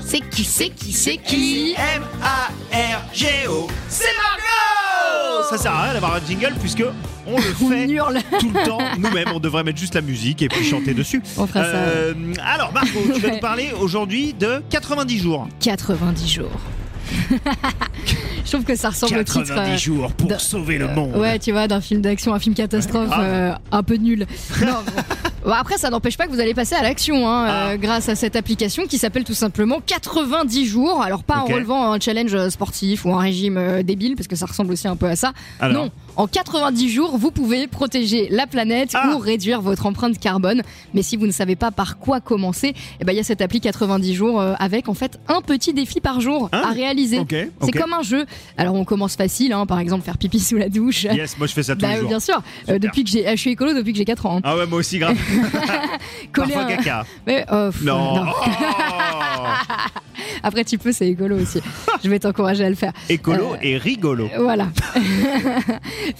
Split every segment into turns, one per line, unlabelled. C'est qui, c'est qui, c'est qui
M-A-R-G-O. C'est Margot
Ça sert à rien d'avoir un jingle puisque on le
On
fait
hurle.
tout le temps nous-mêmes. On devrait mettre juste la musique et puis chanter dessus.
On fera Ah, ça,
Euh, alors Margot, tu vas
Ouais.
nous parler aujourd'hui de 90 jours.
90 jours. Je trouve que ça ressemble au titre. euh,
jours pour
de-
sauver le monde.
Ouais, tu vois, d'un film d'action, un film catastrophe,
grave.
euh, un peu nul. Non, bon. Bon, Après, ça n'empêche pas que vous allez passer à l'action hein, euh,
Ah.
grâce à cette application qui s'appelle tout simplement 90 jours. Alors, pas
Ok.
en relevant un challenge euh, sportif ou un régime euh, débile, parce que ça ressemble aussi un peu à ça.
Alors.
Non, en 90 jours, vous pouvez protéger la planète
Ah.
ou réduire votre empreinte carbone. Mais si vous ne savez pas par quoi commencer, eh ben, il y a cette appli 90 jours euh, avec en fait un petit défi par jour
Ah.
à réaliser.
Ok,
C'est
ok.
comme un jeu. Alors on commence facile, hein, par exemple faire pipi sous la douche.
Yes, moi je fais ça tous
Bah,
les jours.
bien sûr, Euh,
Super.
depuis que j'ai, ah, je suis écolo depuis que j'ai 4 ans. hein.
Ah ouais, moi aussi grave.
Coller
Parfois
un-
caca.
Mais, euh, pff,
Non.
non.
Oh.
Après tu peux, c'est écolo aussi. je vais t'encourager à le faire.
Écolo
Euh,
et rigolo.
Voilà.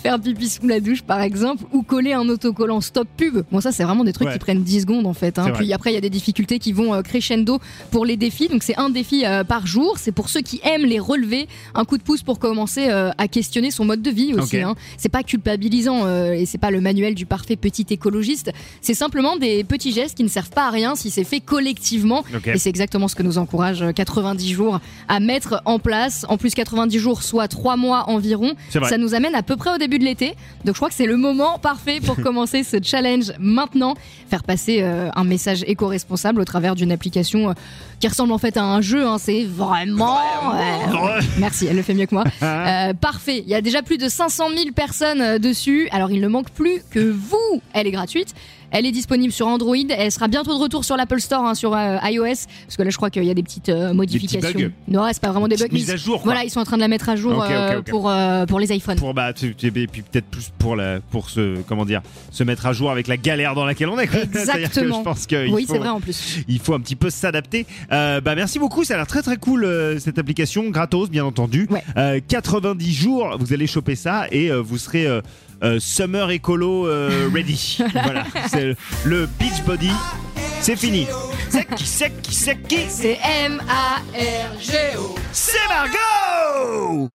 Faire pipi sous la douche, par exemple, ou coller un autocollant stop pub. Bon, ça, c'est vraiment des trucs
Ouais.
qui prennent 10 secondes, en fait. hein.
C'est vrai.
Puis après, il y a des difficultés qui vont euh, crescendo pour les défis. Donc, c'est un défi euh, par jour. C'est pour ceux qui aiment les relever. Un coup de pouce pour commencer euh, à questionner son mode de vie aussi.
Ok.
hein. C'est pas culpabilisant euh, et c'est pas le manuel du parfait petit écologiste. C'est simplement des petits gestes qui ne servent pas à rien si c'est fait collectivement
Ok.
et c'est exactement ce que nous encourage euh, 90 jours à mettre en place. En plus, 90 jours, soit 3 mois environ.
C'est vrai.
Ça nous amène à peu près au début de l'été. Donc je crois que c'est le moment parfait pour commencer ce challenge maintenant. Faire passer euh, un message éco-responsable au travers d'une application euh, qui ressemble en fait à un jeu. hein. C'est vraiment... euh, Ouais.
Re-
Merci, elle le fait mieux que moi. Euh, parfait, il y a déjà plus de 500 000 personnes euh, dessus, alors il ne manque plus que vous. Elle est gratuite, elle est disponible sur Android, elle sera bientôt de retour sur l'Apple Store, hein, sur euh, iOS, parce que là je crois qu'il y a des petites euh, modifications.
bugs.
Non, c'est pas vraiment des bugs.
Petite
mais
mise à
ils-
jour. quoi.
Voilà, ils sont en train de la mettre à jour
Ok, ok,
euh,
ok.
Pour, euh, pour les iPhones.
pour bah tu- tu- et puis peut-être plus pour la pour se comment dire se mettre à jour avec la galère dans laquelle on est. quoi. C'est-à-dire que
Exactement.
Je pense que il
oui,
faut-
c'est vrai en plus.
Il faut un petit peu s'adapter. Euh, bah merci beaucoup, ça a l'air très très cool euh, cette application, gratos bien entendu.
Ouais.
Euh, 90 jours, vous allez choper ça et euh, vous serez euh, euh, summer écolo euh, ready. voilà, c'est le, le beach body. C'est fini. C'est qui c'est qui c'est qui
C'est M-A-R.
R-G-O.
C'est Margot